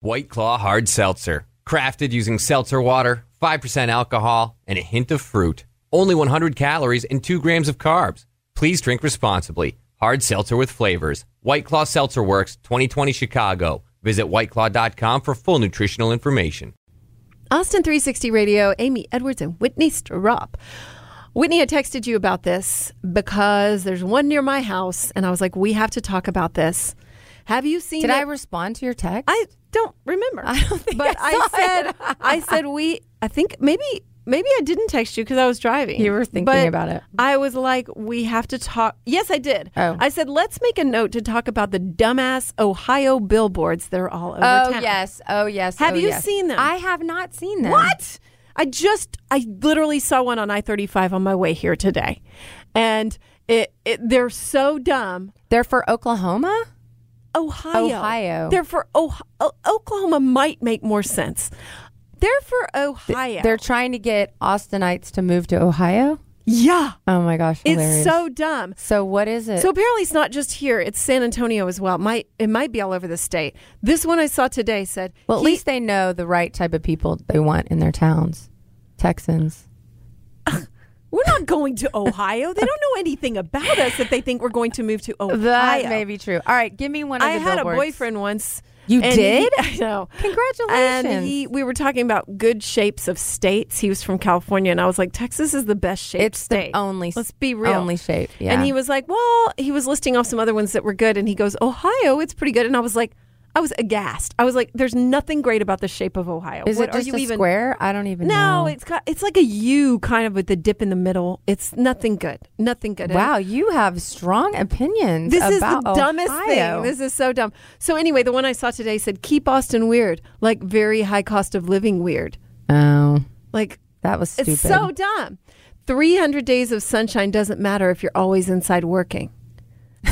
White Claw Hard Seltzer. Crafted using seltzer water, 5% alcohol, and a hint of fruit. Only 100 calories and 2 grams of carbs. Please drink responsibly. Hard seltzer with flavors. White Claw Seltzer Works, 2020 Chicago. Visit whiteclaw.com for full nutritional information. Austin 360 Radio, Amy Edwards and Whitney Strop. Whitney had texted you about this because there's one near my house, and I was like, we have to talk about this. Have you seen Did it? I respond to your text? I don't remember. I don't think but I I, saw said it. I said we I think maybe maybe I didn't text you because I was driving. You were thinking But about it. I was like, we have to talk. Yes, I did. Oh. I said, let's make a note to talk about the dumbass Ohio billboards. They're all over oh town. yes, oh yes. Have oh, you yes. seen them? I have not seen them. What? I just, I literally saw one on I 35 on my way here today. And it, it they're so dumb. They're for Oklahoma. Ohio. Ohio. They're for Ohio. Oklahoma might make more sense. They're for Ohio. They're trying to get Austinites to move to Ohio. yeah. Oh my gosh, hilarious. It's so dumb. So what is it? So apparently it's not just here, it's San Antonio as well. Might it might be all over the state. This one I saw today said well, at he- least they know the right type of people they want in their towns. Texans. we're not going to Ohio. they don't know anything about us that they think we're going to move to Ohio. That may be true. All right, give me one. Of I the had billboards. a boyfriend once. You and did? He, I know. And Congratulations. he, we were talking about good shapes of states. He was from California, and I was like, Texas is the best shape. It's the state. only- Let's be real. only shape, yeah. And he was like, well, he was listing off some other ones that were good, and he goes, Ohio, it's pretty good. And I was like, I was aghast. I was like, there's nothing great about the shape of Ohio. Is What it are just you a even? square? I don't even know. No, it's got, it's like a U, kind of with the dip in the middle. It's nothing good. Nothing good. And wow. You have strong opinions. this is the about dumbest Ohio. thing. This is so dumb. So anyway, the one I saw today said keep Austin weird, like very high cost of living weird. oh, Like that was stupid. it's so dumb. 300 days of sunshine doesn't matter if you're always inside working.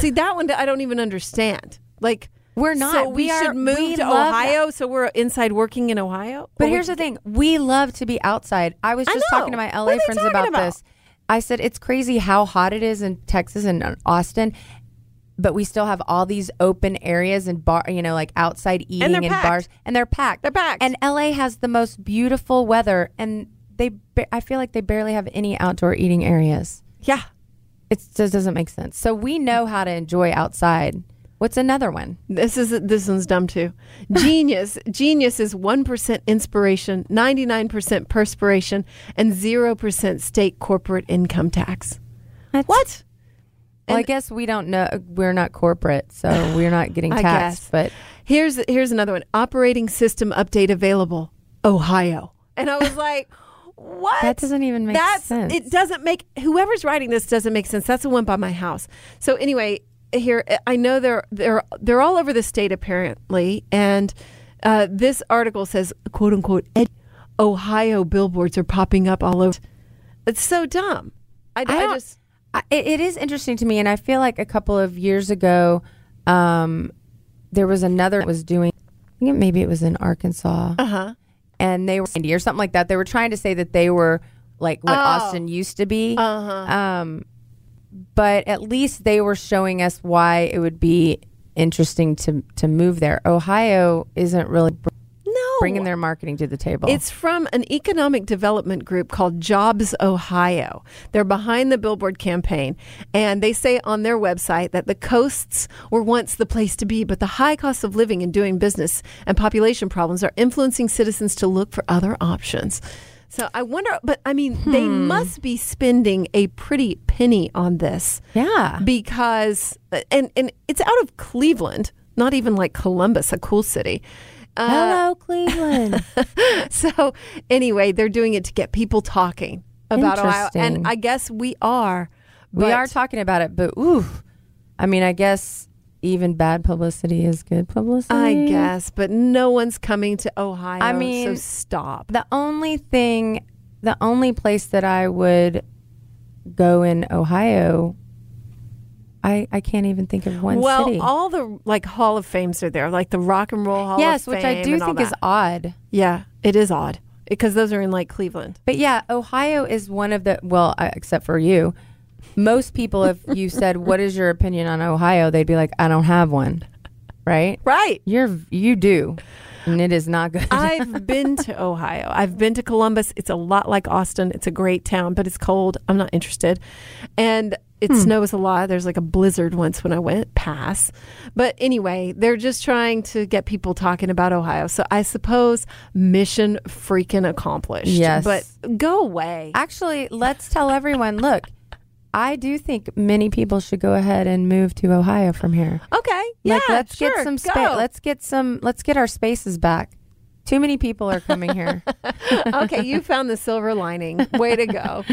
See, that one I don't even understand. Like We're not. So we, We are- should move we to love Ohio so we're inside working in Ohio. But Or here's we- the thing: we love to be outside. I was I just talking to know. my What LA are they friends talking about, about? this. I said it's crazy how hot it is in Texas and in Austin, but we still have all these open areas and bar, you know, like outside eating they're and, packed. bars, and they're packed. They're packed. And LA has the most beautiful weather, and they, ba- I feel like they barely have any outdoor eating areas. yeah. It just doesn't make sense. So we know how to enjoy outside. What's another one? This is this one's dumb too. Genius, genius is one percent inspiration, ninety nine percent perspiration, and zero percent state corporate income tax. What? Well, I And- guess we don't know. We're not corporate, so we're not getting I taxed. guess. But Here's here's another one. Operating system update available, Ohio. And I was like, what? That doesn't even make That's, sense. It doesn't make whoever's writing this doesn't make sense. That's the one by my house. So anyway, here I know they're they're they're all over the state apparently, and uh, this article says quote unquote ed- Ohio billboards are popping up all over. It's so dumb. I, I don't- just I, it it is interesting to me, and I feel like a couple of years ago, um, there was another that was doing. I think it- maybe it was in Arkansas, uh-huh. and they were or something like that. They were trying to say that they were like what Austin used to be, uh-huh. um, but at least they were showing us why it would be interesting to to move there. Ohio isn't really br- no bringing their marketing to the table. It's from an economic development group called Jobs Ohio. They're behind the billboard campaign, and they say on their website that the coasts were once the place to be, but the high cost of living and doing business and population problems are influencing citizens to look for other options. So I wonder, but I mean, they must be spending a pretty penny on this yeah. because, and and it's out of Cleveland, not even like Columbus, a cool city. Uh, Hello, Cleveland. so anyway, they're doing it to get people talking about Ohio, and Interesting. I guess we are. We but- are talking about it, but ooh, I mean, I guess even bad publicity is good publicity. I guess, but no one's coming to Ohio. mm. I mean- so stop. The only thing, the only place that I would go in Ohio, I I can't even think of one well, city. all the like Hall of Fames are there, like the Rock and Roll Hall. yes, of which I Fame do and all think is that. odd. yeah, it is odd because those are in like Cleveland. But yeah, Ohio is one of the well, I- except for you. Most people, if you said, "What is your opinion on Ohio?" they'd be like, "I don't have one," right? Right. You're you do, and it is not good. I've been to Ohio. I've been to Columbus. It's a lot like Austin. It's a great town, but it's cold. I'm not interested. And it Hmm. snows a lot. There's like a blizzard once when I went. Pass. But anyway, they're just trying to get people talking about Ohio. So I suppose mission freaking accomplished. Yes. But go away. Actually, let's tell everyone. Look, I do think many people should go ahead and move to Ohio from here. okay. Yeah. like, let's sure, get some go. space. Let's get some. Let's get our spaces back. Too many people are coming here. okay, you found the silver lining. Way to go.